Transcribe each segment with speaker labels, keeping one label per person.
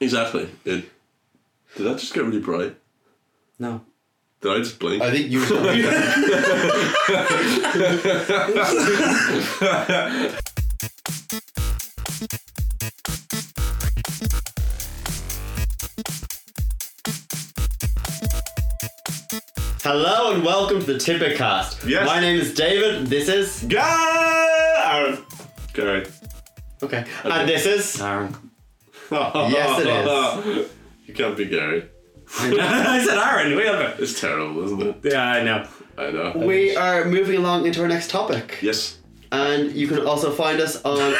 Speaker 1: Exactly. It, did I just get really bright?
Speaker 2: No.
Speaker 1: Did I just blink?
Speaker 3: I think you. Hello and welcome to the Tippercast.
Speaker 1: Yes.
Speaker 3: My name is David. This is
Speaker 1: Yeah! Okay.
Speaker 3: okay, and this is
Speaker 2: Aaron.
Speaker 3: Yes, it
Speaker 1: is. You can't be Gary.
Speaker 2: I said Aaron. We have
Speaker 1: It's terrible, isn't it?
Speaker 2: Yeah, I know.
Speaker 1: I know.
Speaker 3: We are moving along into our next topic.
Speaker 1: yes.
Speaker 3: And you can also find us on
Speaker 2: Smooth.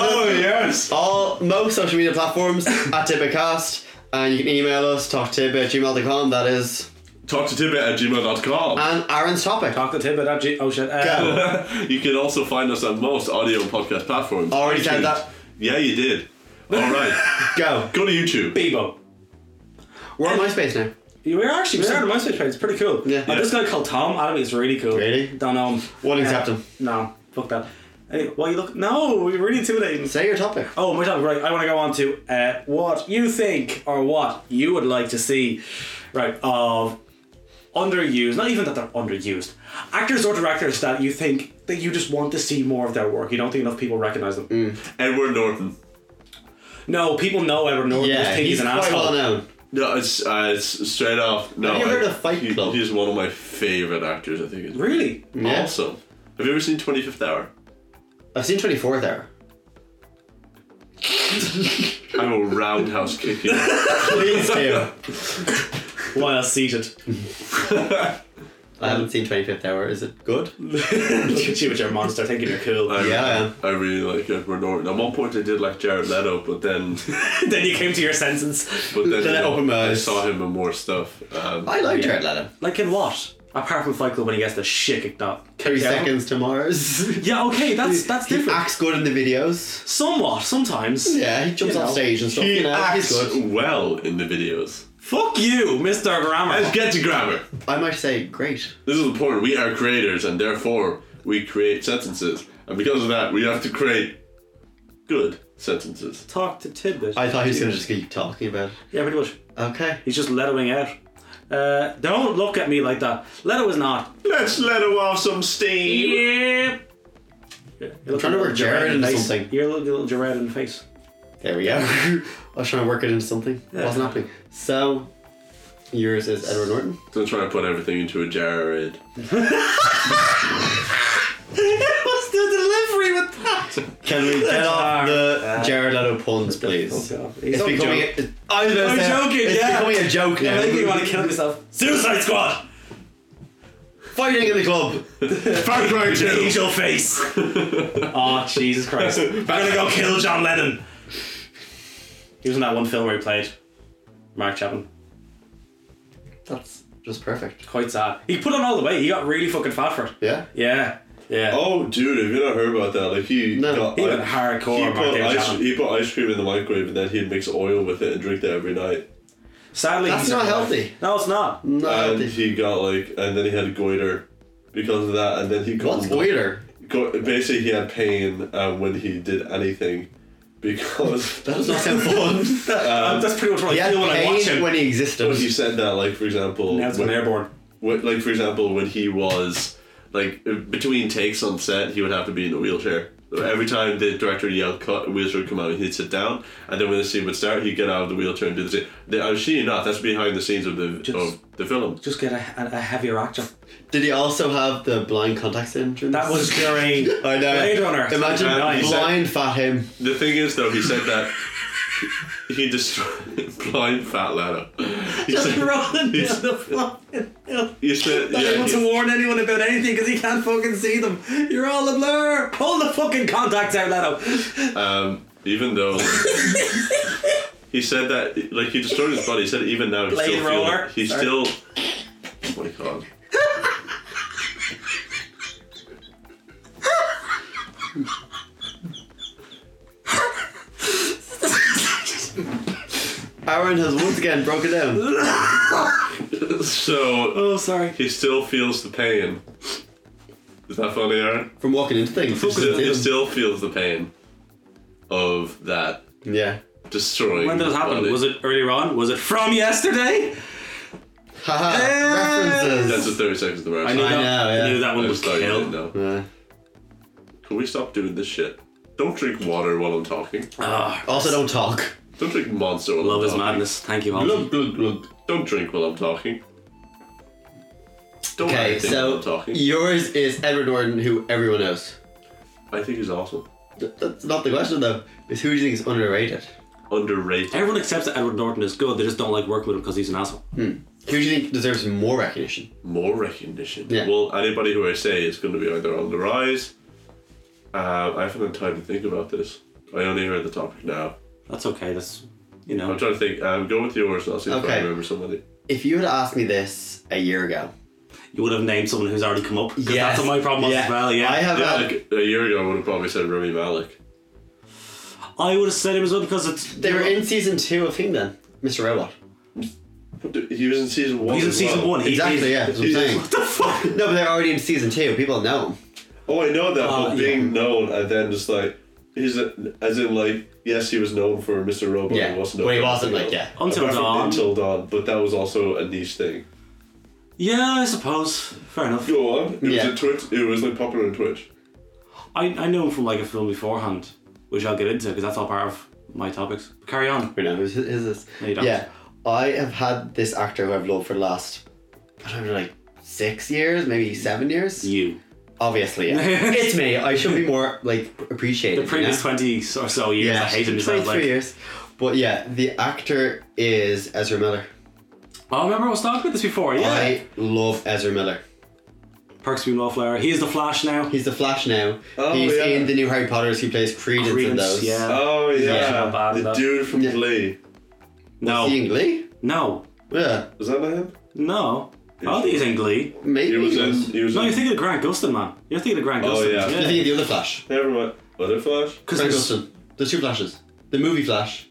Speaker 1: Oh yes.
Speaker 3: all most social media platforms at Tibbetcast. And you can email us, talktib at gmail.com, that is.
Speaker 1: Talk to Tibbet at gmail.com.
Speaker 3: And Aaron's topic.
Speaker 2: Talk to Tibbet. at G- Oh shit. Uh,
Speaker 3: Go.
Speaker 1: you can also find us on most audio and podcast platforms.
Speaker 3: Already said
Speaker 1: iTunes.
Speaker 3: that.
Speaker 1: Yeah, you did. All right.
Speaker 3: Go.
Speaker 1: Go to YouTube.
Speaker 2: Bebo.
Speaker 3: We're on MySpace now.
Speaker 2: You were actually we're on my MySpace page. It's pretty cool.
Speaker 3: Yeah.
Speaker 2: Uh, this guy called Tom Adam is really cool.
Speaker 3: Really?
Speaker 2: Don't know him.
Speaker 3: Won't accept him.
Speaker 2: No. Fuck that. Anyway, well, you look. No, you're really intimidating.
Speaker 3: Say your topic.
Speaker 2: Oh, my topic, right. I want to go on to uh, what you think or what you would like to see, right, of underused, not even that they're underused, actors or directors that you think that you just want to see more of their work. You don't think enough people recognize them.
Speaker 1: Edward Norton.
Speaker 2: No, people know Edward Norton. Yeah,
Speaker 3: Yeah,
Speaker 2: think he's,
Speaker 3: he's Oh.
Speaker 2: an
Speaker 3: quite
Speaker 2: asshole.
Speaker 3: well known.
Speaker 1: No, it's, uh, it's straight off. No,
Speaker 3: Have you heard
Speaker 1: I-
Speaker 3: of Fight
Speaker 1: he-
Speaker 3: Club?
Speaker 1: He's one of my favorite actors. I think. It's
Speaker 2: Really?
Speaker 3: Yeah.
Speaker 1: Awesome. Have you ever seen Twenty Fifth Hour?
Speaker 3: I've seen 24th Hour.
Speaker 1: I will roundhouse kick you.
Speaker 3: Please do.
Speaker 2: While seated.
Speaker 3: I haven't seen 25th Hour. Is it good?
Speaker 2: Look at you with your monster thinking you're cool.
Speaker 1: I-
Speaker 3: Oh, Yeah, I am.
Speaker 1: I really like Edward Norton. At one point, I did like Jared Leto, but then,
Speaker 2: then you came to your senses.
Speaker 1: but then,
Speaker 3: Then I opened my
Speaker 1: I
Speaker 3: eyes.
Speaker 1: saw him in more stuff. Um,
Speaker 3: I like Jared Leto.
Speaker 2: Like in what? Apart from Fight Club when he gets the shit kicked out.
Speaker 3: 30
Speaker 2: kicked out.
Speaker 3: Seconds to Mars.
Speaker 2: Yeah, okay, that's that's
Speaker 3: he
Speaker 2: different.
Speaker 3: acts good in the videos.
Speaker 2: Somewhat, sometimes.
Speaker 3: Yeah, he jumps
Speaker 2: You
Speaker 3: off
Speaker 2: know,
Speaker 3: stage and stuff.
Speaker 1: he
Speaker 3: you know,
Speaker 1: acts
Speaker 3: he's good.
Speaker 1: well in the videos.
Speaker 2: Fuck you, Mr. Grammar.
Speaker 1: Let's get to grammar.
Speaker 3: I might say, great.
Speaker 1: This is important. We are creators, and therefore we create sentences, and because of that, we have to create good sentences.
Speaker 2: Talk to Tidbit.
Speaker 3: I thought he was going to just keep talking about it.
Speaker 2: yeah, pretty much.
Speaker 3: Okay.
Speaker 2: He's just letoing out. Uh, don't look at me like that. Leto is not.
Speaker 1: Let's let him off some steam.
Speaker 2: Yeah. I'm
Speaker 3: trying to work Jared into something.
Speaker 2: You're looking a little Jared in the face.
Speaker 3: There we go. I was trying to work it into something. It wasn't happening. So, yours is Edward Norton.
Speaker 1: Don't try to put everything into a Jared.
Speaker 2: What's the delivery with that?
Speaker 3: Can we get off
Speaker 2: hard.
Speaker 3: the Jared Leto puns, please?
Speaker 2: He's
Speaker 3: It's
Speaker 2: not
Speaker 3: becoming.
Speaker 2: joking.
Speaker 3: A, I was gonna
Speaker 2: I'm
Speaker 3: say,
Speaker 2: joking,
Speaker 3: It's
Speaker 2: yeah.
Speaker 3: becoming a joke
Speaker 2: I think you
Speaker 3: now.
Speaker 2: want to kill yourself. Suicide Squad.
Speaker 3: Fighting in the club.
Speaker 1: Far Cry
Speaker 2: Eat your face. oh Jesus Christ! I'm gonna go kill John Lennon. He was in that one film where he played Mark Chapman.
Speaker 3: That's just perfect.
Speaker 2: Quite sad. He put on all the weight. He got really fucking fat for it.
Speaker 3: Yeah.
Speaker 2: Yeah. Yeah.
Speaker 1: Oh, dude, have you not heard about that? Like he
Speaker 3: No.
Speaker 1: got
Speaker 2: He
Speaker 1: ice-
Speaker 2: went hardcore
Speaker 1: He
Speaker 2: Mark
Speaker 1: put,
Speaker 2: David
Speaker 1: ice,
Speaker 2: Chapman.
Speaker 1: he put ice cream in the microwave and then he'd mix oil with it and drink that every night.
Speaker 2: Sadly,
Speaker 3: That's
Speaker 2: he's
Speaker 3: not
Speaker 2: alive.
Speaker 3: healthy. Um,
Speaker 2: No, it's not.
Speaker 3: No.
Speaker 1: And
Speaker 3: the-
Speaker 1: he got like, and then he had goiter because of that. And then he got
Speaker 3: What's goiter?
Speaker 1: Go, basically, he had pain um, when he did anything because
Speaker 3: That does not sound fun.
Speaker 2: Um, that's pretty much what
Speaker 3: he
Speaker 2: I
Speaker 3: had
Speaker 2: feel when I watch
Speaker 3: pain
Speaker 2: him.
Speaker 3: when he
Speaker 1: when he
Speaker 3: existed.
Speaker 1: said that, like for example,
Speaker 2: now it's
Speaker 1: when-
Speaker 2: when airborne.
Speaker 1: when- like for example, when he was like uh, between takes on set, he would have to be in a wheelchair. Every time the director yelled cut, a wheelchair would come out and he'd sit down, and then when the scene would start, he'd get out of the wheelchair and do the scene. The, I'm sure you not, that's behind the scenes of the of the film.
Speaker 2: Just get a, a, a heavier actor.
Speaker 3: Did he also have the blind contact syndrome?
Speaker 2: That was during
Speaker 3: I know.
Speaker 2: Blade Runner.
Speaker 3: Imagine
Speaker 1: Uh,
Speaker 2: Nice.
Speaker 1: he's-
Speaker 3: blind fat him.
Speaker 1: The thing is, though, he said that he destroyed blind fat Lana. He
Speaker 2: Just
Speaker 1: said-
Speaker 2: rolling
Speaker 1: he
Speaker 2: down
Speaker 1: said-
Speaker 2: the fucking hill.
Speaker 1: He said,
Speaker 2: Not
Speaker 1: yeah,
Speaker 2: able
Speaker 1: he-
Speaker 2: to warn anyone about anything because he can't fucking see them. You're all a blur. Pull the fucking contacts out, Leto.
Speaker 1: Um, even though he said that, like he destroyed his body. He said even now he
Speaker 2: Blade
Speaker 1: still
Speaker 2: roller.
Speaker 1: Feel, he
Speaker 2: Sorry.
Speaker 1: still. Oh my god.
Speaker 3: Aaron has once again broken down.
Speaker 1: So
Speaker 2: Oh, sorry.
Speaker 1: he still feels the pain. Is that funny, Aaron?
Speaker 3: From walking into things.
Speaker 1: He still, he still feels the pain. of that
Speaker 3: Yeah.
Speaker 1: destroying.
Speaker 2: When did it
Speaker 1: the
Speaker 2: happen?
Speaker 1: body.
Speaker 2: Was it earlier on? Was it from yesterday?
Speaker 3: Haha.
Speaker 1: That's
Speaker 3: References.
Speaker 1: just thirty seconds of the rest.
Speaker 2: I knew
Speaker 3: I
Speaker 2: that.
Speaker 3: know,
Speaker 2: I
Speaker 3: yeah.
Speaker 2: knew that one
Speaker 1: I'm
Speaker 2: was
Speaker 1: sorry, I didn't
Speaker 2: kill.
Speaker 1: know.
Speaker 3: Yeah.
Speaker 1: Can we stop doing this shit? Don't drink water while I'm talking.
Speaker 2: Ah,
Speaker 3: Also, don't talk.
Speaker 1: Don't drink monster while
Speaker 2: love
Speaker 1: I'm
Speaker 2: is
Speaker 1: talking.
Speaker 2: madness. Thank you, Holmes.
Speaker 1: Glug, glug, glug. Don't drink while I'm talking. Don't
Speaker 3: Okay,
Speaker 1: drink while I'm
Speaker 3: so
Speaker 1: talking.
Speaker 3: yours is Edward Norton, who everyone knows.
Speaker 1: I think he's awesome.
Speaker 3: Th- That's not the question though. Is who do you think is underrated?
Speaker 1: Underrated.
Speaker 2: Everyone accepts that Edward Norton is good. They just don't like working with him because he's an asshole.
Speaker 3: Who do you think deserves more recognition?
Speaker 1: More recognition.
Speaker 3: Yeah.
Speaker 1: Well, anybody who I say is going to be either on the rise. Uh, I haven't had time to think about this. I only heard the topic now.
Speaker 2: That's okay. That's you
Speaker 1: I'm
Speaker 2: know.
Speaker 1: trying to think. Um, go with yours and I'll see if I
Speaker 3: Okay.
Speaker 1: remember somebody.
Speaker 3: If you had asked me this a year ago,
Speaker 2: You would have named someone who's already come up. 'cause
Speaker 3: Yes.
Speaker 2: that's what my problem was
Speaker 3: Yeah.
Speaker 2: as well. Yeah.
Speaker 3: I have uh,
Speaker 1: Yeah,
Speaker 3: had-
Speaker 1: like a year ago, I would have probably said Rami Malik.
Speaker 2: I would have said it was up because it's.
Speaker 3: they were in season two of him then, Mr. Robot.
Speaker 1: But dude, He was in season one.
Speaker 2: He's in
Speaker 1: as
Speaker 2: season
Speaker 1: well.
Speaker 2: one. He
Speaker 3: Exactly,
Speaker 2: is-
Speaker 3: yeah. That's what I'm saying.
Speaker 1: What the fuck?
Speaker 3: No, but they're already in season two. People know him.
Speaker 1: Oh, I know that,
Speaker 2: Uh,
Speaker 1: but being known and then just like he's a, as in like yes, he was known for Mr. Robot.
Speaker 3: Yeah,
Speaker 1: he wasn't known
Speaker 3: but he
Speaker 1: for
Speaker 3: wasn't,
Speaker 1: anything
Speaker 3: like,
Speaker 1: else.
Speaker 3: yeah.
Speaker 2: Until
Speaker 1: Apart from
Speaker 2: Dawn.
Speaker 1: Until dawn, but that was also a niche thing.
Speaker 2: Yeah, I suppose. Fair enough.
Speaker 1: Go on. It
Speaker 3: Yeah.
Speaker 1: was a Twitch. It was like popular on Twitch.
Speaker 2: I, I know him from like a film beforehand, which I'll get into because that's all part of my topics. Carry on.
Speaker 3: We know who's who is this.
Speaker 2: No, you don't.
Speaker 3: Yeah, I have had this actor who I've loved for the last, I don't know, like six years, maybe seven years.
Speaker 2: You.
Speaker 3: Obviously, yeah. it's me. I should be more like appreciated.
Speaker 2: The previous
Speaker 3: you know?
Speaker 2: twenty or so years,
Speaker 3: yeah,
Speaker 2: I hated myself.
Speaker 3: 23
Speaker 2: Like,
Speaker 3: years. But yeah, the actor is Ezra Miller.
Speaker 2: oh, remember I was talking about this before. Yeah.
Speaker 3: I love Ezra Miller.
Speaker 2: Perks of being Wallflower. He is the Flash now.
Speaker 3: He's the Flash now.
Speaker 1: Oh,
Speaker 3: He's
Speaker 1: yeah.
Speaker 3: in the new Harry Potter's. He plays Credence, in
Speaker 2: Credence,
Speaker 3: those.
Speaker 2: yeah.
Speaker 1: Oh
Speaker 3: Yeah,
Speaker 1: yeah,
Speaker 2: not bad,
Speaker 1: the
Speaker 2: though.
Speaker 1: dude from
Speaker 3: Yeah.
Speaker 1: Glee.
Speaker 3: Is he
Speaker 2: No.
Speaker 3: in Glee?
Speaker 2: No.
Speaker 3: Yeah,
Speaker 1: Was that not him?
Speaker 2: No. I don't think he's in Glee.
Speaker 3: maybe.
Speaker 1: He was in. He was
Speaker 2: No,
Speaker 1: in.
Speaker 2: you're thinking of Grant Gustin, man. You're thinking of Grant
Speaker 1: Oh,
Speaker 2: Gustin.
Speaker 1: yeah.
Speaker 3: You think of the other Flash?
Speaker 1: Never mind. Other Flash.
Speaker 2: Because
Speaker 3: Frank
Speaker 2: there's-
Speaker 3: Gustin. There's two Flashes. The movie Flash,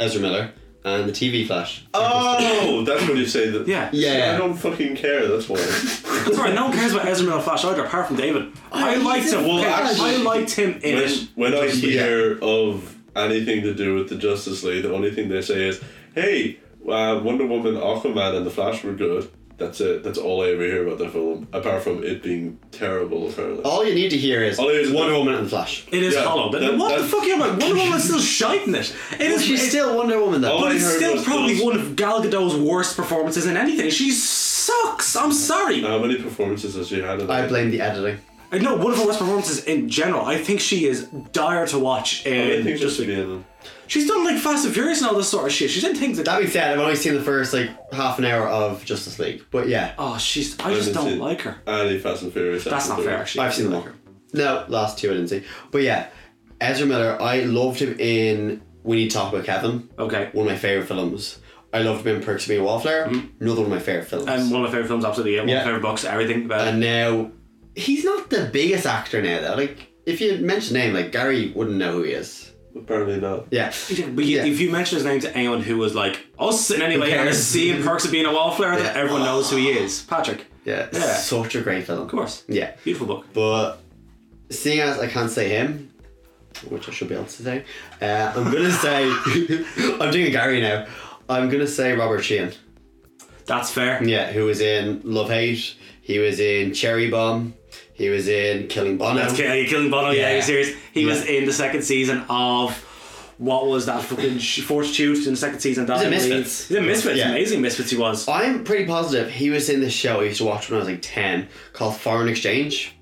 Speaker 3: Ezra Miller, and the TV Flash.
Speaker 1: Oh, that's when you say that.
Speaker 2: Yeah.
Speaker 1: I
Speaker 3: Yeah.
Speaker 1: don't fucking care. That's why.
Speaker 2: That's right. No one cares about Ezra Miller Flash either, apart from David. I liked him.
Speaker 1: Well,
Speaker 2: Okay,
Speaker 1: actually-
Speaker 2: I liked him in
Speaker 1: when,
Speaker 2: it.
Speaker 1: when I
Speaker 3: Justice League,
Speaker 1: hear of anything to do with the Justice League, the only thing they say is, "Hey, uh, Wonder Woman, Aquaman, and the Flash were good." That's it. That's all I ever hear about the film, apart from it being terrible. Apparently,
Speaker 3: All you need to hear is
Speaker 1: All he was-
Speaker 3: Wonder Woman and the Flash.
Speaker 2: It is
Speaker 1: Yeah,
Speaker 2: hollow. But
Speaker 1: that-
Speaker 2: what
Speaker 1: that-
Speaker 2: the fuck am I? Wonder Woman's still shite in it. It
Speaker 3: Well,
Speaker 2: is.
Speaker 3: she's
Speaker 2: it-
Speaker 3: still Wonder Woman though.
Speaker 1: Oh,
Speaker 2: But
Speaker 1: I
Speaker 2: it's
Speaker 1: heard
Speaker 2: still
Speaker 1: was
Speaker 2: probably
Speaker 1: those-
Speaker 2: one of Gal Gadot's worst performances in anything. She sucks. I'm sorry.
Speaker 1: how many performances has she had? In
Speaker 3: I
Speaker 1: it?
Speaker 3: blame the editing.
Speaker 2: I know one of her worst performances in general. I think she is dire to watch.
Speaker 1: I
Speaker 2: In
Speaker 1: think
Speaker 2: just
Speaker 1: just again.
Speaker 2: she's done like Fast and Furious and all this sort of shit. She's done things like
Speaker 3: That being said, I've only seen the first like half an hour of Justice League, but yeah,
Speaker 2: Oh, she's. I just don't like her.
Speaker 1: Any Fast and Furious?
Speaker 2: That's not
Speaker 1: episode.
Speaker 2: fair. Actually,
Speaker 3: I've seen them all. No, last two I didn't see, but yeah, Ezra Miller. I loved him in We Need to Talk About Kevin.
Speaker 2: Okay.
Speaker 3: One of my favorite films. I loved him in Perks of Being a Wallflower. Another one of my favorite films.
Speaker 2: And one of my favorite films, absolutely. Yeah. One
Speaker 3: Yeah.
Speaker 2: of my favorite books, everything about it.
Speaker 3: and now he's not the biggest actor now though. Like if you mention name, like Gary wouldn't know who he is.
Speaker 1: Apparently not.
Speaker 3: Yeah.
Speaker 2: But you,
Speaker 3: Yeah.
Speaker 2: if you mention his name to anyone who was like us in any way and
Speaker 3: cares?
Speaker 2: see in Perks of Being a Wallflower, then
Speaker 3: Yeah.
Speaker 2: everyone knows who he is. Patrick,
Speaker 3: Yeah.
Speaker 2: Yeah.
Speaker 3: Such a great film.
Speaker 2: of course.
Speaker 3: Yeah.
Speaker 2: Beautiful book.
Speaker 3: But seeing as I can't say him, which I should be able to say, uh, I'm gonna say I'm doing a Gary now. I'm gonna say Robert Sheehan.
Speaker 2: That's fair.
Speaker 3: Yeah, who was in Love Hate. He was in Cherry Bomb. He was in Killing Bono.
Speaker 2: That's Ki- uh, Killing Bono, yeah,
Speaker 3: Yeah.
Speaker 2: you're serious. He
Speaker 3: Yeah.
Speaker 2: was in the second season of what was that fucking sh- Fortitude in the second season? That
Speaker 3: He's in
Speaker 2: I believe.
Speaker 3: Misfits.
Speaker 2: He's in Misfits,
Speaker 3: Yeah. Oh.
Speaker 2: amazing Misfits he was.
Speaker 3: I'm pretty positive he was in this show I used to watch when I was like ten called Foreign Exchange.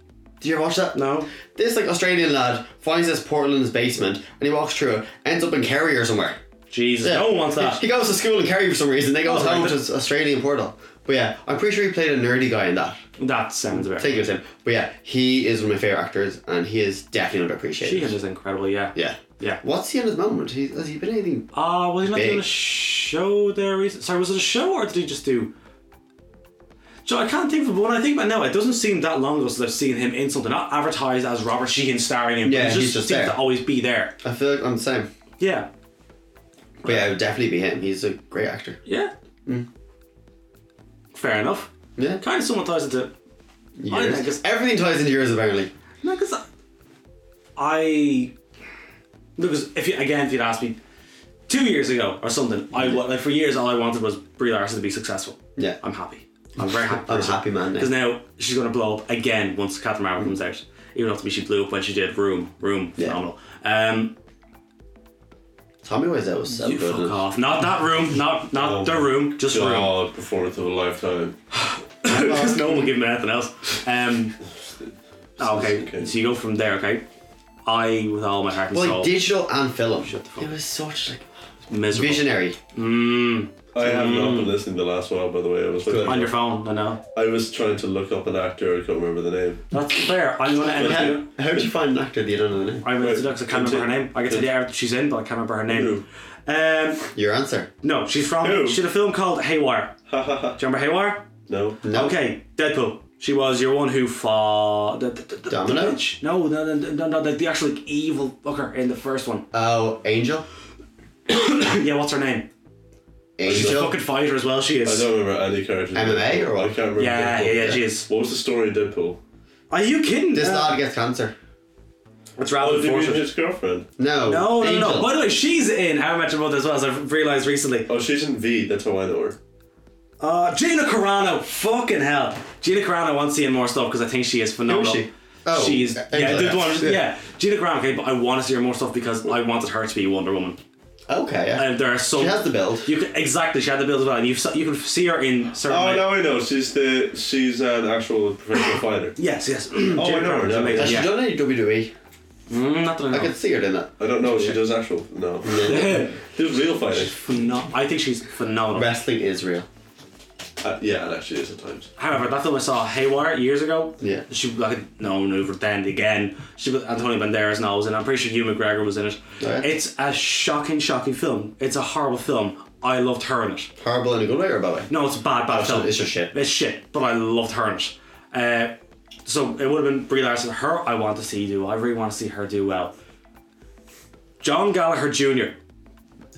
Speaker 3: Did you ever watch that?
Speaker 2: No.
Speaker 3: This like Australian lad finds this portal in his basement and he walks through it, ends up in Kerry or somewhere.
Speaker 2: Jesus, no one wants that.
Speaker 3: He goes to school in Kerry for some reason, then goes
Speaker 2: Oh,
Speaker 3: home
Speaker 2: right.
Speaker 3: to his Australian portal. But yeah, I'm pretty sure he played a nerdy guy in that.
Speaker 2: That sounds
Speaker 3: I
Speaker 2: about
Speaker 3: think it was him. But yeah, he is one of my favourite actors and he is definitely underappreciated.
Speaker 2: She is incredible, yeah.
Speaker 3: Yeah.
Speaker 2: Yeah.
Speaker 3: What's he in his moment? He, has he been anything?
Speaker 2: Ah, was he not
Speaker 3: Big.
Speaker 2: doing a show there recently? Sorry, was it a show or did he just do. So I can't think of but when I think about it now, it doesn't seem that long ago since I've seen him in something, not advertised as Robert Sheehan starring him,
Speaker 3: Yeah,
Speaker 2: but it
Speaker 3: he's
Speaker 2: just
Speaker 3: just
Speaker 2: seems
Speaker 3: there.
Speaker 2: to always be there.
Speaker 3: I feel like I'm the same.
Speaker 2: Yeah.
Speaker 3: But yeah, it would definitely be him. He's a great actor.
Speaker 2: Yeah.
Speaker 3: Mm.
Speaker 2: Fair enough.
Speaker 3: Yeah.
Speaker 2: Kind of someone ties into. I
Speaker 3: Yours.
Speaker 2: think it's-
Speaker 3: Everything ties into yours apparently.
Speaker 2: No, because I. Because if you, again, if you'd asked me two years ago or something, I wa- like for years all I wanted was Brie Larson to be successful.
Speaker 3: Yeah.
Speaker 2: I'm happy. I'm very happy.
Speaker 3: I'm a happy man now.
Speaker 2: Because now she's going to blow up again once Captain Marvel comes out. Even though to me she blew up when she did Room. Room,
Speaker 3: Yeah.
Speaker 2: phenomenal. Um,
Speaker 3: Tommy Wiseau was so
Speaker 2: you
Speaker 3: good. in
Speaker 2: fuck
Speaker 3: it.
Speaker 2: off. Not that room. Not not
Speaker 1: Oh
Speaker 2: the
Speaker 1: my
Speaker 2: room. Just room.
Speaker 1: God, performance of a lifetime.
Speaker 2: Because no one will give me anything else. Um, oh, okay.
Speaker 1: okay.
Speaker 2: So you go from there. Okay. I, with all my heart and soul,
Speaker 3: Like digital and film.
Speaker 2: fuck
Speaker 3: It was such like
Speaker 2: miserable.
Speaker 3: visionary.
Speaker 2: Mm,
Speaker 1: I have not been listening to the last one, by the way. I was
Speaker 2: on
Speaker 1: looking,
Speaker 2: your phone. I know.
Speaker 1: I was trying to look up an actor. I can't remember the name.
Speaker 2: That's fair. I'm gonna end up.
Speaker 3: How, how did you find an actor that you don't know the name?
Speaker 2: I went to because I can't remember her name. I get to the hour that she's in, but I can't remember her name. Um,
Speaker 3: Your answer.
Speaker 2: no, she's from.
Speaker 1: Who?
Speaker 2: She had a film called Haywire. Do you remember Haywire?
Speaker 1: No.
Speaker 3: No.
Speaker 2: Okay, Deadpool. She was your one who fought the, the, the, the
Speaker 3: Domino?
Speaker 2: bitch. No, no, no, no, no, the, the actual like, evil fucker in the first one.
Speaker 3: Oh, Angel.
Speaker 2: yeah, what's her name? She's a
Speaker 3: Angel.
Speaker 2: fucking fighter as well. She
Speaker 1: I
Speaker 2: is.
Speaker 1: don't remember any characters.
Speaker 3: MMA or
Speaker 1: I
Speaker 3: what?
Speaker 1: can't remember.
Speaker 2: Yeah, yeah,
Speaker 1: Deadpool.
Speaker 2: yeah, she is.
Speaker 1: What was the story in Deadpool?
Speaker 2: Are you kidding?
Speaker 3: This
Speaker 2: Uh,
Speaker 3: lad gets cancer.
Speaker 2: It's
Speaker 1: Oh,
Speaker 2: rather
Speaker 1: did you mean
Speaker 2: unfortunate.
Speaker 1: his girlfriend?
Speaker 2: No,
Speaker 3: No.
Speaker 2: no,
Speaker 3: Angel.
Speaker 2: no, no. By the way, she's in How I Met Your Mother as well, as I've realised recently.
Speaker 1: Oh, she's in V. That's how I know her.
Speaker 2: Uh, Gina Carano, fucking hell. Gina Carano wants seeing more stuff because I think she is phenomenal.
Speaker 3: she? Oh,
Speaker 2: she's
Speaker 3: Angela
Speaker 2: yeah, the
Speaker 3: Bassett.
Speaker 2: one, yeah. Gina Carano. Okay, but I want to see her more stuff because I wanted her to be Wonder Woman.
Speaker 3: Okay. Yeah.
Speaker 2: And there are so
Speaker 3: She has the build.
Speaker 2: You can, exactly, she had the build as well, and you you can see her in certain.
Speaker 1: Oh,
Speaker 2: like-
Speaker 1: now I know. She's the she's an actual professional fighter.
Speaker 2: Yes, yes. oh, Gina
Speaker 1: I know her,
Speaker 2: Carano's
Speaker 1: yeah.
Speaker 2: amazing,
Speaker 3: Has
Speaker 2: yeah.
Speaker 3: she done any WWE?
Speaker 2: Mm, not that I know.
Speaker 3: I could see her doing that.
Speaker 1: I don't know. She does actual. No. There's real fighting.
Speaker 2: Pheno- I think she's phenomenal.
Speaker 3: Wrestling is real.
Speaker 1: Uh, yeah, it actually is sometimes.
Speaker 2: However, that film I saw Haywire years ago.
Speaker 3: Yeah.
Speaker 2: She like no one over then again. She was Antonio Banderas now was in. it. I'm pretty sure Hugh McGregor was in it.
Speaker 3: Oh, yeah.
Speaker 2: It's a shocking, shocking film. It's a horrible film. I loved her in it.
Speaker 3: Horrible in a good way or a bad way?
Speaker 2: No, it's a bad, bad film.
Speaker 3: it's just shit.
Speaker 2: It's shit, but I loved her in it. Uh, so it would have been Brie Larson. Her, I want to see do. I really want to see her do well. John Gallagher Jr.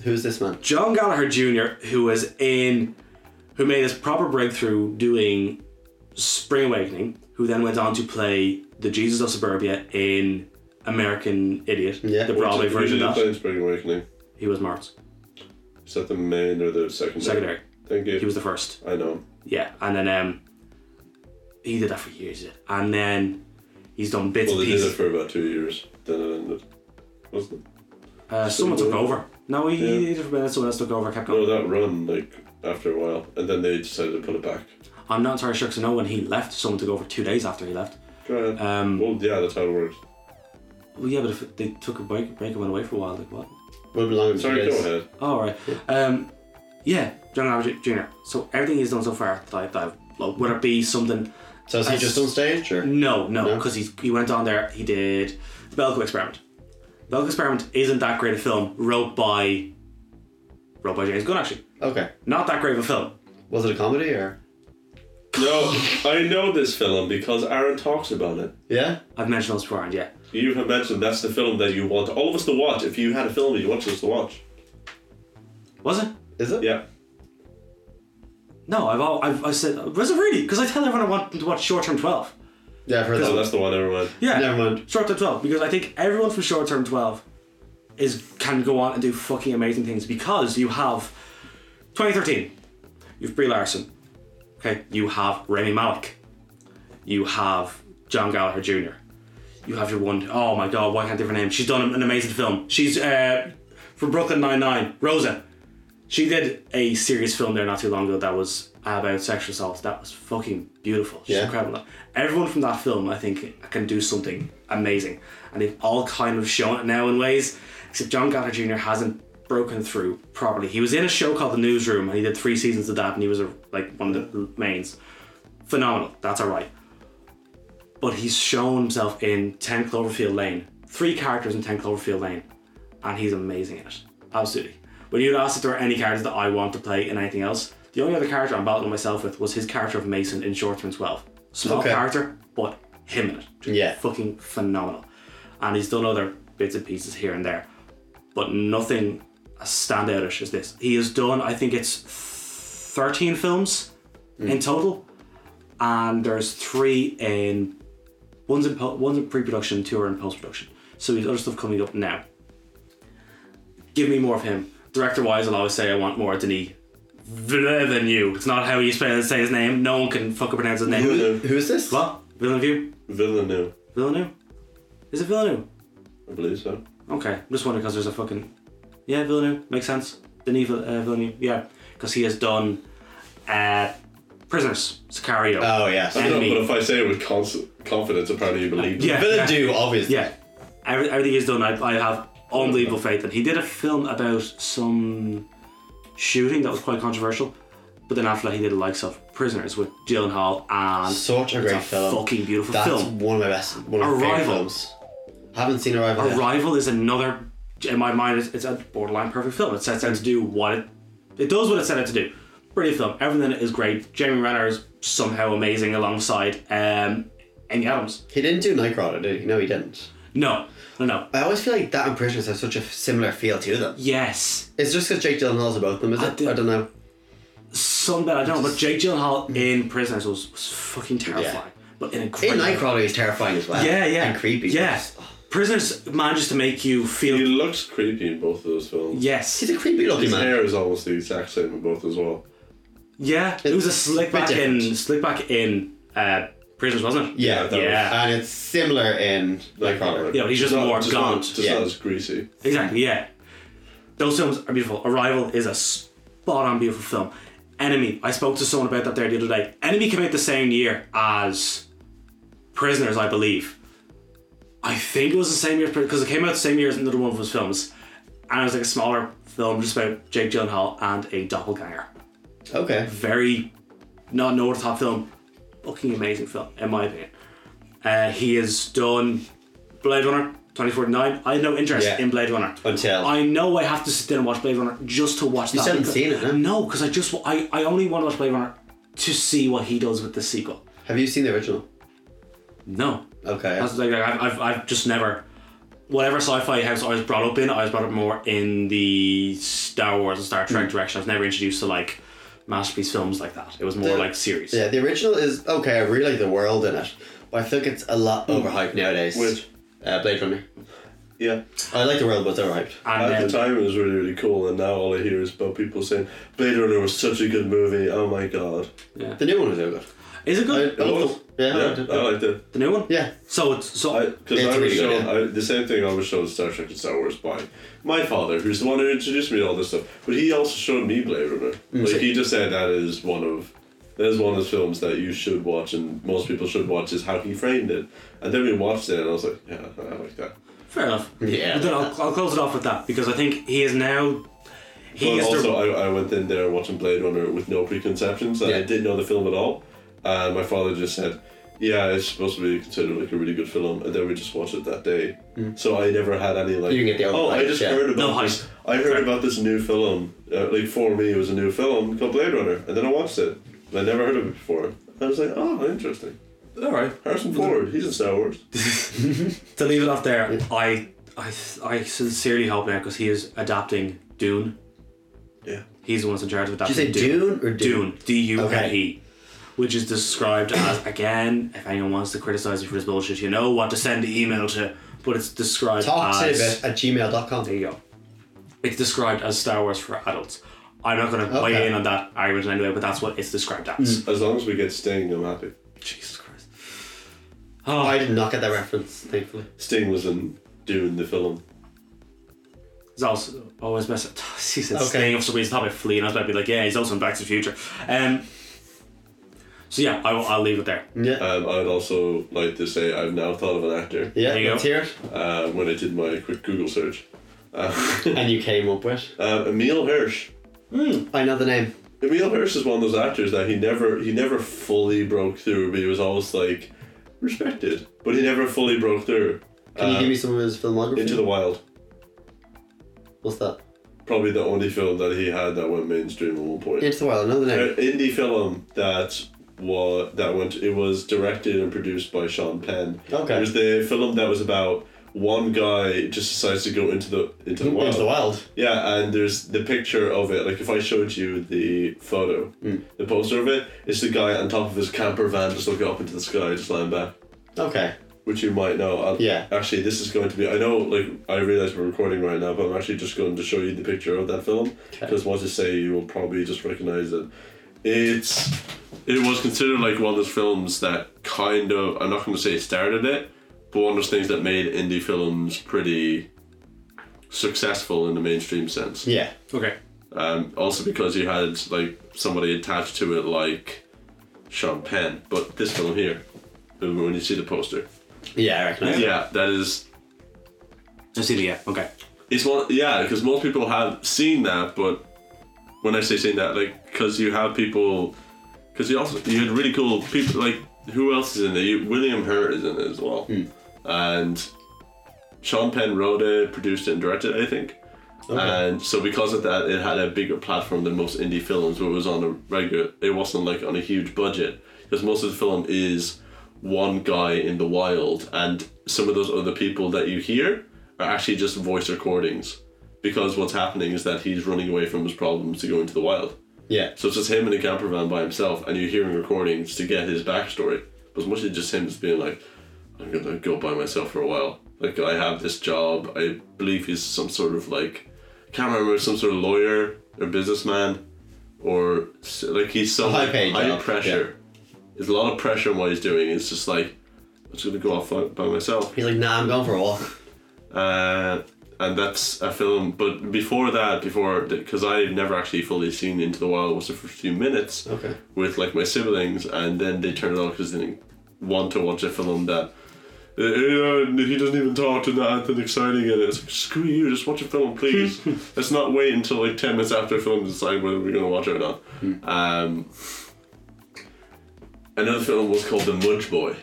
Speaker 3: Who's this man?
Speaker 2: John Gallagher Jr., who was in, who made his proper breakthrough doing Spring Awakening, who then went on to play the Jesus of Suburbia in American Idiot,
Speaker 3: Yeah.
Speaker 2: the Broadway
Speaker 1: Who
Speaker 2: version
Speaker 1: did you
Speaker 2: of
Speaker 1: play
Speaker 2: that.
Speaker 1: in Spring Awakening?
Speaker 2: He was Mars.
Speaker 1: Is that the main or the secondary?
Speaker 2: Secondary.
Speaker 1: Thank you.
Speaker 2: He was the first.
Speaker 1: I know.
Speaker 2: Yeah, and then um, he did that for years. yeah. And then he's done bits
Speaker 1: Well,
Speaker 2: and
Speaker 1: they did it
Speaker 2: pieces.
Speaker 1: for about two years. Then it ended. Wasn't it?
Speaker 2: Uh, someone took over. No, he,
Speaker 1: Yeah.
Speaker 2: he did it for a minute, someone else took over, kept going.
Speaker 1: No, that run like after a while, and then they decided to put it back.
Speaker 2: I'm not entirely sure because I know when he left, someone took over two days after he left.
Speaker 1: Go ahead.
Speaker 2: Um,
Speaker 1: well, yeah, that's how it works.
Speaker 2: Well, yeah, but if they took a break, break and went away for a while, like what?
Speaker 3: Would belong to
Speaker 1: Sorry,
Speaker 3: you
Speaker 1: go
Speaker 3: guys.
Speaker 1: ahead.
Speaker 2: All right. Um, yeah, John Abbott Jr. So everything he's done so far that I, that I've loved, whether it be something.
Speaker 3: So is he
Speaker 2: As-
Speaker 3: just on stage or?
Speaker 2: No, no,
Speaker 3: No?
Speaker 2: because he's he went on there. He did Belko Experiment. Belko Experiment isn't that great a film. Wrote by, wrote by James Gunn actually.
Speaker 3: Okay.
Speaker 2: Not that great of a film.
Speaker 3: Was it a comedy or?
Speaker 1: No, I know this film because Aaron talks about it.
Speaker 3: Yeah.
Speaker 2: I've mentioned this before, and yeah,
Speaker 1: You have mentioned that's the film that you want all of us to watch. If you had a film that you wanted us to watch,
Speaker 2: was it?
Speaker 3: Is it?
Speaker 1: yeah.
Speaker 2: No, I've all, I've I said was it really? Because I tell everyone I want them to watch Short Term Twelve.
Speaker 3: Yeah, I've heard
Speaker 1: So
Speaker 3: that.
Speaker 1: Oh, that's the one. Never mind.
Speaker 2: Yeah.
Speaker 3: Never mind.
Speaker 2: Short term twelve, because I think everyone from short term twelve is can go on and do fucking amazing things because you have 2013, you've Brie Larson, okay, you have Remy Malik, you have John Gallagher Jr., you have your one oh my god, why can't I think of her name? She's done an amazing film. She's uh, from Brooklyn Nine Nine, Rosa. She did a serious film there not too long ago that was about sexual assault. That was fucking beautiful. She's
Speaker 3: Yeah.
Speaker 2: incredible. Everyone from that film, I think, can do something amazing. And they've all kind of shown it now in ways, except John Gallagher Jr. hasn't broken through properly. He was in a show called The Newsroom and he did three seasons of that and he was a, like one of the mains. Phenomenal. That's alright. But he's shown himself in 10 Cloverfield Lane. Three characters in 10 Cloverfield Lane and he's amazing in it. Absolutely. When you'd asked if there were any characters that I want to play in anything else, the only other character I'm battling myself with was his character of Mason in Short Term 12. Small
Speaker 3: Okay.
Speaker 2: character, but him in it. Just
Speaker 3: Yeah.
Speaker 2: Fucking phenomenal. And he's done other bits and pieces here and there, but nothing as standoutish as this. He has done, I think it's 13 films in total, and there's three in one's in po- one's in pre-production, two are in post-production. So he's other stuff coming up now. give me more of him. Director wise, I'll always say I want more Denis Villeneuve than you. It's not how you spell say his name. No one can fucking pronounce his name.
Speaker 1: Villeneuve.
Speaker 3: Who is this?
Speaker 2: what? Villeneuve?
Speaker 1: Villeneuve,
Speaker 2: Villeneuve? Is it Villeneuve?
Speaker 1: I believe so.
Speaker 2: Okay, I'm just wondering because there's a fucking yeah Villeneuve makes sense. Denis Vill- uh, Villeneuve, yeah, because he has done uh, Prisoners, Sicario.
Speaker 3: Oh yes.
Speaker 1: I don't
Speaker 2: Enemy.
Speaker 1: know, but if I say it with cons- confidence, apparently you believe me.
Speaker 2: yeah,
Speaker 3: Villa
Speaker 2: yeah,
Speaker 3: do obviously.
Speaker 2: yeah. Every, everything he's done, I, I have unbelievable faith in. He did a film about some shooting that was quite controversial, but then after that he did the likes of Prisoners with Gyllenhaal and
Speaker 3: Such a great
Speaker 2: it's a
Speaker 3: film.
Speaker 2: fucking beautiful
Speaker 3: That's
Speaker 2: film.
Speaker 3: one of my best, one of my favorite
Speaker 2: Arrival.
Speaker 3: films. I haven't seen Arrival. yet.
Speaker 2: Arrival is another, in my mind, it's, it's a borderline perfect film. It sets out to do what it, it does what it set out to do. Brilliant film. Everything in it is great. Jamie Renner is somehow amazing alongside um, Amy Adams.
Speaker 3: He didn't do Nightcrawler, did he? No, he didn't.
Speaker 2: No, no, no.
Speaker 3: I always feel like that and Prisoners have such a similar feel to them.
Speaker 2: Yes,
Speaker 3: It's just because Jake Gyllenhaal's about them, is
Speaker 2: I
Speaker 3: it?
Speaker 2: did-
Speaker 3: I don't know.
Speaker 2: some bit I don't know, but Jake Gyllenhaal in Prisoners was, was fucking terrifying, but in a great
Speaker 3: Mm. In Nightcrawler, he's terrifying as well.
Speaker 2: Yeah, yeah,
Speaker 3: And creepy.
Speaker 2: Yes, Prisoners manages to make you
Speaker 1: He
Speaker 2: feel.
Speaker 1: looks creepy in both of those films.
Speaker 2: Yes,
Speaker 3: He's a creepy looking
Speaker 1: His
Speaker 3: man.
Speaker 1: hair is almost the exact same in both as well.
Speaker 2: yeah. It was a
Speaker 3: It's
Speaker 2: slick
Speaker 3: a bit
Speaker 2: back in
Speaker 3: different.
Speaker 2: slick back in uh, Prisoners, wasn't it?
Speaker 3: Yeah,
Speaker 1: that
Speaker 2: Yeah.
Speaker 3: and it's similar in Nightcrawler.
Speaker 2: Yeah, but he's just
Speaker 1: not-
Speaker 2: more
Speaker 1: not-
Speaker 2: gaunt.
Speaker 1: Just
Speaker 3: Yeah.
Speaker 1: not as greasy.
Speaker 2: Exactly, yeah. Those films are beautiful. Arrival is a spot on beautiful film. Enemy, I spoke to someone about that there the other day. Enemy came out the same year as Prisoners, I believe. I think it was the same year because it came out the same year as another one of his films, and it was like a smaller film just about Jake Gyllenhaal and a doppelganger.
Speaker 3: Okay.
Speaker 2: Very not an over the top film, fucking amazing film in my opinion. Uh, he has done Blade Runner 2049. I had no interest
Speaker 3: Yeah.
Speaker 2: in Blade Runner.
Speaker 3: Until
Speaker 2: I know I have to sit there and watch Blade Runner just to watch that.
Speaker 3: still haven't
Speaker 2: because-
Speaker 3: seen it, huh?
Speaker 2: No, because I just wa- I, I only want to watch Blade Runner to see what he does with the sequel.
Speaker 3: have you seen the original?
Speaker 2: No,
Speaker 3: Okay.
Speaker 2: that's like, like I've, I've I've just never whatever sci-fi house I was brought up in. I was brought up more in the Star Wars and Star
Speaker 3: Hmm.
Speaker 2: Trek direction. I was never introduced to like masterpiece films like that. It was more
Speaker 3: The-
Speaker 2: like series.
Speaker 3: yeah, the original is okay. I really like the world in it, but I think it's a lot overhyped nowadays.
Speaker 1: Hmm. Which-
Speaker 3: uh, Blade Runner.
Speaker 1: Yeah.
Speaker 3: I like the world, but it's overhyped.
Speaker 2: And
Speaker 1: At
Speaker 2: then,
Speaker 1: the time, it was really, really cool, and now all I hear is about people saying Blade Runner was such a good movie. Oh my god,
Speaker 2: yeah.
Speaker 3: The new one was so good.
Speaker 2: is it good?
Speaker 3: I- oh,
Speaker 1: it was. oh.
Speaker 3: Yeah, I
Speaker 1: I
Speaker 3: liked it.
Speaker 1: liked it.
Speaker 2: the new one.
Speaker 3: Yeah,
Speaker 2: So it's so
Speaker 1: I, cause
Speaker 3: It's
Speaker 1: I was
Speaker 3: really good,
Speaker 1: shown, I, the same thing I was shown Star Trek and Star Wars by my father, who's the one who introduced me to all this stuff. But he also showed me Blade Runner.
Speaker 3: Mm,
Speaker 1: Like he just said that is one of that is one of those films that you should watch and most people should watch is how he framed it. And then we watched it and I was like, yeah, I like that.
Speaker 2: fair enough.
Speaker 3: Yeah.
Speaker 2: But then I'll, I'll close it off with that because I think he is now. He
Speaker 1: But
Speaker 2: is the
Speaker 1: also, I, I went in there watching Blade Runner with no preconceptions. and I
Speaker 3: Yeah.
Speaker 1: didn't know the film at all. And my father just said, yeah, it's supposed to be considered like a really good film. And then we just watched it that day. So I never had any like,
Speaker 3: Mm. You didn't get the
Speaker 1: oh, I
Speaker 3: overhype,
Speaker 1: just
Speaker 3: yeah.
Speaker 1: heard
Speaker 2: No
Speaker 1: about
Speaker 2: hype.
Speaker 1: this. I heard about this new film. Uh, like for me, it was a new film called Blade Runner. And then I watched it. And I never heard of it before. I was like, oh, interesting.
Speaker 2: all right.
Speaker 1: Harrison Ford, he's in Star Wars.
Speaker 2: to leave it off there, I, I, I sincerely hope now because he is adapting Dune.
Speaker 1: Yeah.
Speaker 2: He's the one that's in charge of
Speaker 3: Did
Speaker 2: adapting
Speaker 3: you say Dune or Dune?
Speaker 2: Dune, D U N E,
Speaker 3: Okay.
Speaker 2: which is described as again. If anyone wants to criticize me for this bullshit, you know what to send the email to. But it's described as
Speaker 3: Talksiveit at
Speaker 2: there
Speaker 3: gmail.com.
Speaker 2: you go. It's described as Star Wars for adults. I'm not going to weigh
Speaker 3: Okay.
Speaker 2: in on that argument anyway, but that's what it's described as.
Speaker 1: As long as we get Sting, I'm happy.
Speaker 3: Hmm.
Speaker 2: Jesus Christ.
Speaker 3: I
Speaker 2: Oh,
Speaker 3: did not get that reference, thankfully.
Speaker 1: Sting was in doing the film.
Speaker 2: He's also always messing. He said
Speaker 3: Okay.
Speaker 2: staying up for some reason. Thought about fleeing. I was about to be like, yeah, he's also in Back to the Future. Um. So yeah, I will, I'll leave it there.
Speaker 3: Yeah.
Speaker 1: Um, I would also like to say I've now thought of an actor.
Speaker 3: yeah,
Speaker 2: there you
Speaker 3: let's
Speaker 2: go.
Speaker 3: hear it.
Speaker 1: uh, when I did my quick Google search. Uh,
Speaker 3: And you came up with.
Speaker 1: um, Emil Hirsch. Hmm.
Speaker 3: I know the name.
Speaker 1: Emil Hirsch is one of those actors that he never he never fully broke through, but he was always like respected, but he never fully broke through.
Speaker 3: Can you
Speaker 1: Uh,
Speaker 3: give me some of his filmography?
Speaker 1: Into the Wild,
Speaker 3: What's that?
Speaker 1: probably the only film that he had that went mainstream at one point.
Speaker 3: Into the Wild, I know the name.
Speaker 1: An indie film that was that went it was directed and produced by Sean Penn.
Speaker 3: Okay.
Speaker 1: It was the film that was about one guy just decides to go into the into the wild.
Speaker 3: Into the Wild.
Speaker 1: Yeah, and there's the picture of it. Like if I showed you the photo,
Speaker 3: Hmm.
Speaker 1: the poster of it, it's the guy on top of his camper van just looking up into the sky, just lying back.
Speaker 3: Okay.
Speaker 1: which you might know. I'll-
Speaker 3: Yeah.
Speaker 1: Actually, this is going to be. I know, like, I realize we're recording right now, but I'm actually just going to show you the picture of that film.
Speaker 3: Okay.
Speaker 1: Because once you say, you will probably just recognize it. It's. It was considered like one of those films that kind of. I'm not going to say started it, but one of those things that made indie films pretty successful in the mainstream sense.
Speaker 3: Yeah.
Speaker 2: Okay.
Speaker 1: Um, also because you had like somebody attached to it, like Sean Penn. But this film here, when you see the poster,
Speaker 3: Yeah, I reckon.
Speaker 1: yeah, that is.
Speaker 2: I see the yeah. Okay.
Speaker 1: It's one, yeah, because most people have seen that, but when I say seen that, like, because you have people, because you also you had really cool people, like, who else is in there? You, William Hurt is in it as well, and Sean Penn wrote it, produced it, and directed, it, I think. And so because of that, it had a bigger platform than most indie films, where it was on a regular. It wasn't like on a huge budget because most of the film is one guy in the wild, and some of those other people that you hear are actually just voice recordings. Because what's happening is that he's running away from his problems to go into the wild.
Speaker 3: Yeah.
Speaker 1: So it's just him in a camper van by himself, and you're hearing recordings to get his backstory. But as much as just him just being like, I'm gonna go by myself for a while. Like I have this job. I believe he's some sort of like, can't remember some sort of lawyer or businessman, or s- like he's some
Speaker 3: high paid
Speaker 1: high
Speaker 3: job,
Speaker 1: pressure. There's a lot of pressure on what he's doing. It's just like, I'm just gonna go off by- by myself.
Speaker 3: He's like, nah, I'm going for a walk.
Speaker 1: Uh, and that's a film. But before that, before because I've never actually fully seen Into the Wild was the first few minutes
Speaker 3: Okay.
Speaker 1: with like my siblings, and then they turned it off because they didn't want to watch a film that. uh, uh, he doesn't even talk to nothing exciting in it. It's like, screw you, just watch a film, please. Let's not wait until like 10 minutes after a film to decide whether we're going to watch it or not.
Speaker 3: Hmm.
Speaker 1: Um, another film was called The Mudge Boy.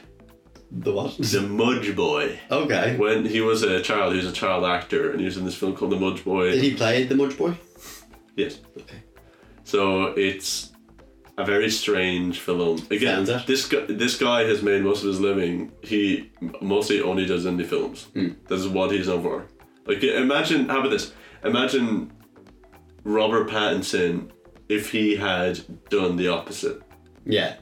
Speaker 3: The what?
Speaker 1: The Mudge Boy
Speaker 3: Okay.
Speaker 1: when he was a child, he was a child actor, and he was in this film called The Mudge Boy.
Speaker 3: Did he play the Mudge Boy?
Speaker 1: Yes.
Speaker 3: Okay.
Speaker 1: So it's a very strange film. Again,
Speaker 3: Sounds it.
Speaker 1: this guy, this guy has made most of his living. He m- mostly only does indie films. This is what he's known for. Like, imagine how about this? Imagine Robert Pattinson if he had done the opposite.
Speaker 3: Yeah.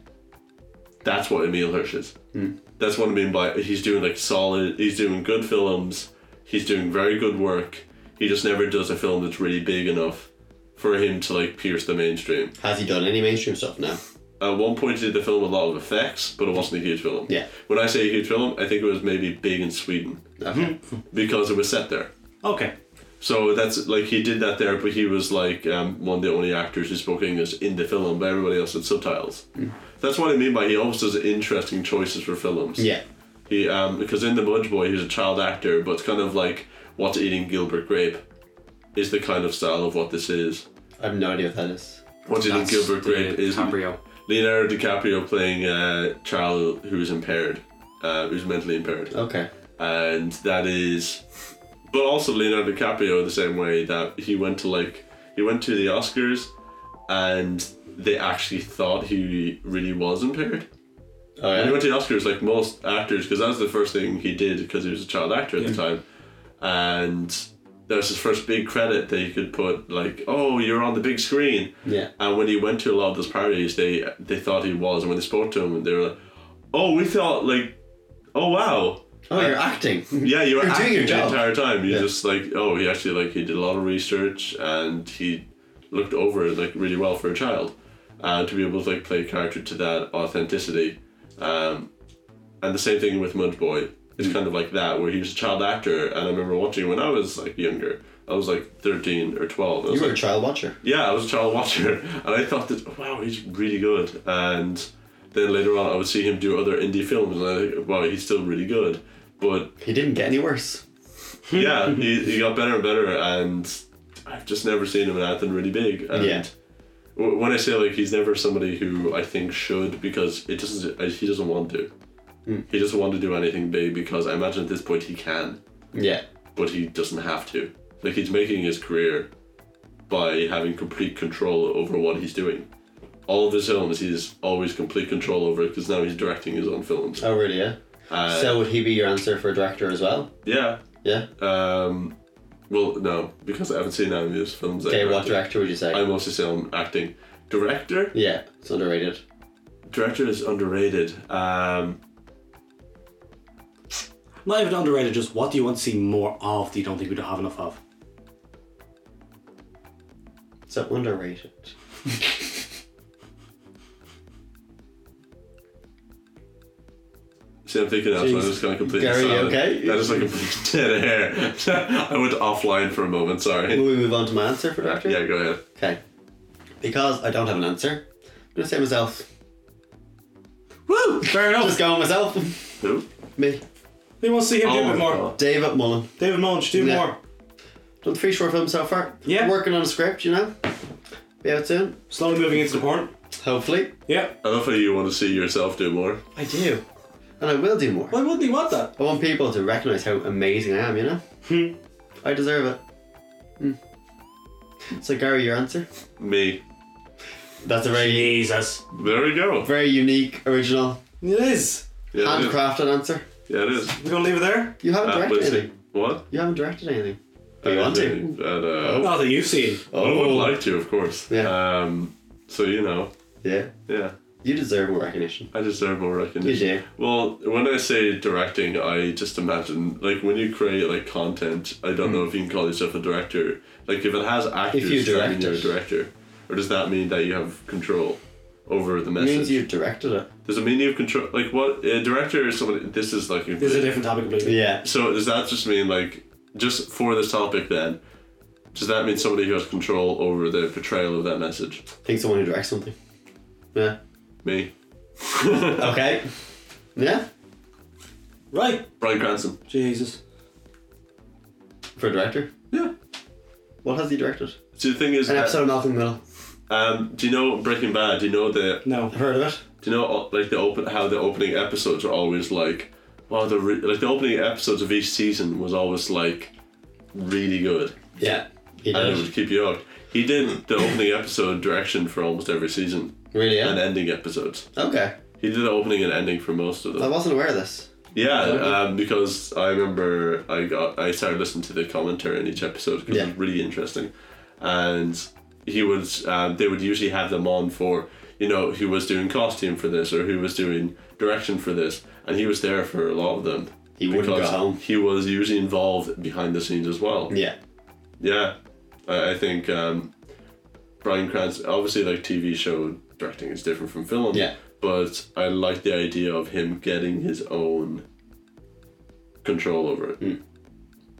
Speaker 1: That's what Emil Hirsch is.
Speaker 3: Hmm.
Speaker 1: That's what I mean by he's doing like solid. He's doing good films. He's doing very good work. He just never does a film that's really big enough for him to like pierce the mainstream.
Speaker 3: Has he done any mainstream stuff now?
Speaker 1: At one point, he did the film with a lot of effects, but it wasn't a huge film.
Speaker 3: Yeah.
Speaker 1: When I say a huge film, I think it was maybe big in Sweden
Speaker 3: Okay.
Speaker 1: because it was set there.
Speaker 2: Okay.
Speaker 1: So that's like he did that there, but he was like um, one of the only actors who spoke English in the film, but everybody else had subtitles.
Speaker 3: Hmm.
Speaker 1: That's what I mean by he always does interesting choices for films.
Speaker 3: Yeah.
Speaker 1: He um because in the Mudge Boy he's a child actor, but it's kind of like what's eating Gilbert Grape is the kind of style of what this is.
Speaker 3: I have no idea what that is.
Speaker 1: What's eating
Speaker 2: That's
Speaker 1: Gilbert
Speaker 2: the
Speaker 1: Grape is
Speaker 2: Cabrio.
Speaker 1: Leonardo DiCaprio playing a child who's impaired, uh, who's mentally impaired,
Speaker 3: Okay.
Speaker 1: and that is. But also Leonardo DiCaprio the same way that he went to like he went to the Oscars, and they actually thought he really was impaired.
Speaker 3: All
Speaker 1: And he
Speaker 3: right.
Speaker 1: went to the Oscars like most actors because that was the first thing he did because he was a child actor at the time, and that was his first big credit that he could put like, "Oh, you're on the big screen."
Speaker 3: Yeah.
Speaker 1: And when he went to a lot of those parties, they they thought he was, and when they spoke to him, they were like, "Oh, we thought like, oh wow,
Speaker 3: Oh, you're acting.
Speaker 1: yeah, you were
Speaker 3: You're doing
Speaker 1: acting
Speaker 3: your
Speaker 1: the
Speaker 3: job.
Speaker 1: entire time. You
Speaker 3: Yeah.
Speaker 1: just like, oh, he actually like he did a lot of research and he looked over it like really well for a child, and to be able to like play a character to that authenticity, um, and the same thing with Mudge Boy. It's kind of like that where he was a child actor, and I remember watching when I was like younger. I was like thirteen or twelve. I was
Speaker 3: You were
Speaker 1: like,
Speaker 3: a child watcher.
Speaker 1: yeah, I was a child watcher, and I thought that wow, he's really good. And then later on, I would see him do other indie films, and I think, wow, he's still really good. But
Speaker 3: He didn't get any worse.
Speaker 1: yeah, he, he got better and better, and I've just never seen him in anything really big. And
Speaker 3: Yeah.
Speaker 1: w- when I say like he's never somebody who I think should because it doesn't uh, he doesn't want to. He doesn't want to do anything big because I imagine at this point he can,
Speaker 3: Yeah.
Speaker 1: but he doesn't have to. Like he's making his career by having complete control over what he's doing. All of his films, he's always complete control over it because now he's directing his own films.
Speaker 3: Oh, really? Yeah.
Speaker 1: Uh,
Speaker 3: so would he be your answer for director as well?
Speaker 1: yeah.
Speaker 3: Yeah.
Speaker 1: Um, well, no, because I haven't seen any of his films.
Speaker 3: Okay.
Speaker 1: I,
Speaker 3: What director would you say?
Speaker 1: I mostly say on acting. Director?
Speaker 3: yeah. It's underrated.
Speaker 1: Director is underrated. Um,
Speaker 2: Not even underrated, just what do you want to see more of that you don't think we don't have enough of?
Speaker 3: So underrated.
Speaker 1: See, I'm thinking out, so I'm
Speaker 3: Jeez.
Speaker 1: just going completely
Speaker 3: Gary, you
Speaker 1: silent.
Speaker 3: okay?
Speaker 1: That is like complete dead air. I went offline for a moment, sorry.
Speaker 3: Will we move on to my answer for Doctor?
Speaker 1: Yeah, go ahead.
Speaker 3: Okay. Because I don't have an answer, I'm gonna say myself.
Speaker 2: Woo! Fair enough.
Speaker 3: Just going myself.
Speaker 1: Who?
Speaker 3: Me.
Speaker 2: we want to see him do
Speaker 1: Oh
Speaker 2: a
Speaker 1: my
Speaker 2: bit more.
Speaker 1: God.
Speaker 3: David Mullen.
Speaker 2: David Munch, do
Speaker 3: Yeah.
Speaker 2: more.
Speaker 3: Done three short films so far.
Speaker 2: Yeah.
Speaker 3: Working on a script, you know. Be out soon.
Speaker 2: Slowly moving into the porn.
Speaker 3: Hopefully.
Speaker 2: Yeah.
Speaker 1: I love how you want to see yourself do more.
Speaker 3: I do. And I will do more.
Speaker 2: Why wouldn't he want that?
Speaker 3: I want people to recognise how amazing I am, you know?
Speaker 2: Hmm.
Speaker 3: I deserve it. Hmm. So Gary, your answer?
Speaker 1: Me.
Speaker 3: That's a very
Speaker 2: Jesus.
Speaker 1: There we go.
Speaker 3: very unique, original,
Speaker 2: It is.
Speaker 1: Yeah, it is.
Speaker 3: handcrafted answer.
Speaker 1: Yeah, it is.
Speaker 2: We're going to leave it there?
Speaker 3: You haven't
Speaker 1: Uh,
Speaker 3: directed
Speaker 1: let's see.
Speaker 3: anything.
Speaker 1: What?
Speaker 3: You haven't directed anything. But you
Speaker 1: Uh,
Speaker 3: want to. Oh,
Speaker 1: and, uh,
Speaker 2: Not that you've seen.
Speaker 1: I would like to, of course.
Speaker 3: Yeah.
Speaker 1: Um, so, you know,
Speaker 3: Yeah.
Speaker 1: yeah,
Speaker 3: You deserve more recognition.
Speaker 1: I deserve more
Speaker 3: You
Speaker 1: recognition.
Speaker 3: do.
Speaker 1: Well, when I say directing, I just imagine like when you create like content. I don't know if you can call yourself a director. Like if it has actors,
Speaker 3: Hmm. you
Speaker 1: does that mean
Speaker 3: direct
Speaker 1: you're a
Speaker 3: it.
Speaker 1: director, or does that mean that you have control over the
Speaker 3: It
Speaker 1: message?
Speaker 3: means you've directed it.
Speaker 1: does it mean you have control? Like what a director is somebody. This is like
Speaker 2: This is a different topic completely.
Speaker 3: Yeah.
Speaker 1: so does that just mean like just for this topic then? Does that mean somebody who has control over the portrayal of that message?
Speaker 3: I think someone who directs something. Yeah.
Speaker 1: Me,
Speaker 3: Okay. Yeah?
Speaker 2: Right.
Speaker 1: Brian Cranston.
Speaker 2: Jesus.
Speaker 3: For a director.
Speaker 1: Yeah.
Speaker 3: What has he directed?
Speaker 1: So the thing is,
Speaker 3: An episode of Malcolm in the Middle.
Speaker 1: um, do you know Breaking Bad? Do you know the
Speaker 2: No.
Speaker 3: I've heard of it.
Speaker 1: Do you know like the open how the opening episodes are always like? Wow, the re- like the opening episodes of each season was always like really good,
Speaker 3: Yeah. He
Speaker 1: and
Speaker 3: did.
Speaker 1: it would keep you hooked. He did the opening episode direction for almost every season
Speaker 3: Really?
Speaker 1: and
Speaker 3: Yeah.
Speaker 1: ending episodes.
Speaker 3: Okay.
Speaker 1: He did the opening and ending for most of
Speaker 3: I
Speaker 1: them.
Speaker 3: wasn't aware of this.
Speaker 1: Yeah, um, because I remember I got I started listening to the commentary in each episode because it
Speaker 3: Yeah.
Speaker 1: was really interesting, and he would um, they would usually have them on for you know who was doing costume for this or who was doing direction for this, and he was there for a lot of them.
Speaker 3: He wouldn't go home. Mm.
Speaker 1: He was usually involved behind the scenes as well.
Speaker 3: Yeah.
Speaker 1: Yeah, I, I think um, Brian Cranston obviously like TV show directing is different from film.
Speaker 3: Yeah.
Speaker 1: but I like the idea of him getting his own control over it.
Speaker 3: Hmm.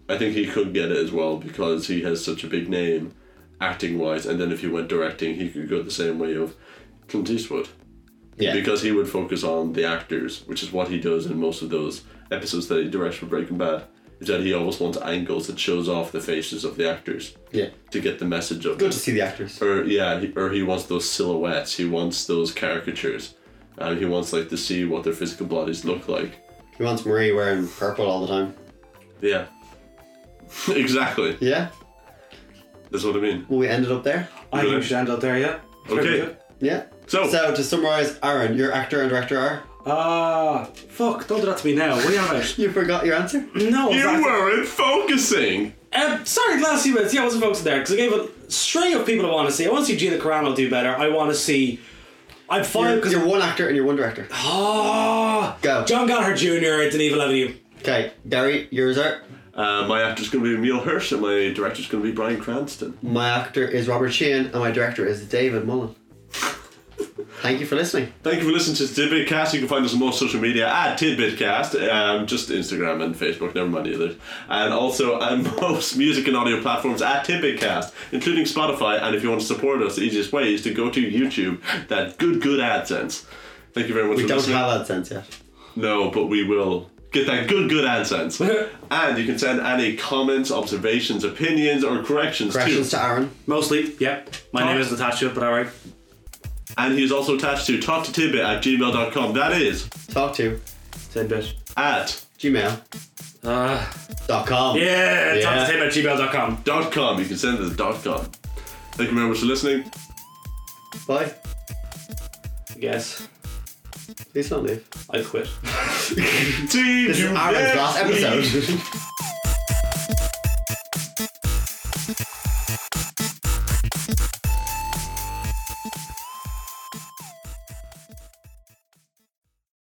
Speaker 1: I think he could get it as well because he has such a big name, acting wise, and then if he went directing, he could go the same way of Clint Eastwood
Speaker 3: Yeah.
Speaker 1: because he would focus on the actors, which is what he does in most of those episodes that he directs for Breaking Bad. Is that he always wants angles that shows off the faces of the actors
Speaker 3: yeah.
Speaker 1: to get the message of
Speaker 3: Good
Speaker 1: it.
Speaker 3: to see the actors.
Speaker 1: Or yeah, he, or he wants those silhouettes. He wants those caricatures, and he wants like to see what their physical bodies look like.
Speaker 3: He wants Marie wearing purple all the time.
Speaker 1: Yeah, exactly.
Speaker 3: Yeah.
Speaker 1: That's what I mean.
Speaker 3: Well, we ended up there.
Speaker 2: I think we should end up there, yeah? It's pretty
Speaker 1: Okay.
Speaker 2: good.
Speaker 3: Yeah.
Speaker 1: So,
Speaker 3: So to summarize, Aaron, your actor and director are.
Speaker 2: Ah, fuck, don't do that to me now. What are you about?
Speaker 3: You forgot your answer.
Speaker 2: No,
Speaker 1: you
Speaker 2: exactly.
Speaker 1: weren't focusing.
Speaker 2: Um, sorry, the last few minutes. Yeah, I wasn't focused there because I gave a string of people I want to see. I want to see Gina Carano do better. I want to see. I'm fine
Speaker 3: You're,
Speaker 2: because
Speaker 3: you're one actor and you're one director.
Speaker 2: ah,
Speaker 3: Go.
Speaker 2: John Gallagher Jr. at an evil avenue.
Speaker 3: Okay, Gary, yours are.
Speaker 1: Uh, my actor's gonna be Emil Hirsch, and my director's gonna be Brian Cranston.
Speaker 3: My actor is Robert Sheehan, and my director is David Mullen. Thank you for listening.
Speaker 1: Thank you for listening to Tidbitcast. You can find us on most social media at Tidbitcast, um, just Instagram and Facebook, never mind the others. And also on most music and audio platforms at Tidbitcast, including Spotify. And if you want to support us, the easiest way is to go to YouTube, that good, good AdSense. Thank you very much
Speaker 3: We
Speaker 1: for
Speaker 3: don't
Speaker 1: listening.
Speaker 3: have AdSense yet.
Speaker 1: No, but we will get that good, good AdSense. and you can send any comments, observations, opinions, or corrections,
Speaker 3: Corrections
Speaker 1: too.
Speaker 3: to Aaron.
Speaker 2: Mostly, yep. My name isn't attached to it, but alright.
Speaker 1: and he's also attached to talktotidbit at gmail.com. That is
Speaker 3: Talk to
Speaker 2: Tidbit.
Speaker 1: at
Speaker 3: gmail.com.
Speaker 2: Uh, yeah, yeah.
Speaker 3: Yeah.
Speaker 2: talk to Tim at gmail.com.
Speaker 1: dot com. You can send it to dot com. Thank you very much for listening.
Speaker 3: Bye.
Speaker 2: Yes,
Speaker 3: Please don't leave.
Speaker 2: I quit.
Speaker 1: See
Speaker 3: This is
Speaker 1: you
Speaker 3: Aaron's
Speaker 1: next
Speaker 3: last
Speaker 1: week.
Speaker 3: episode.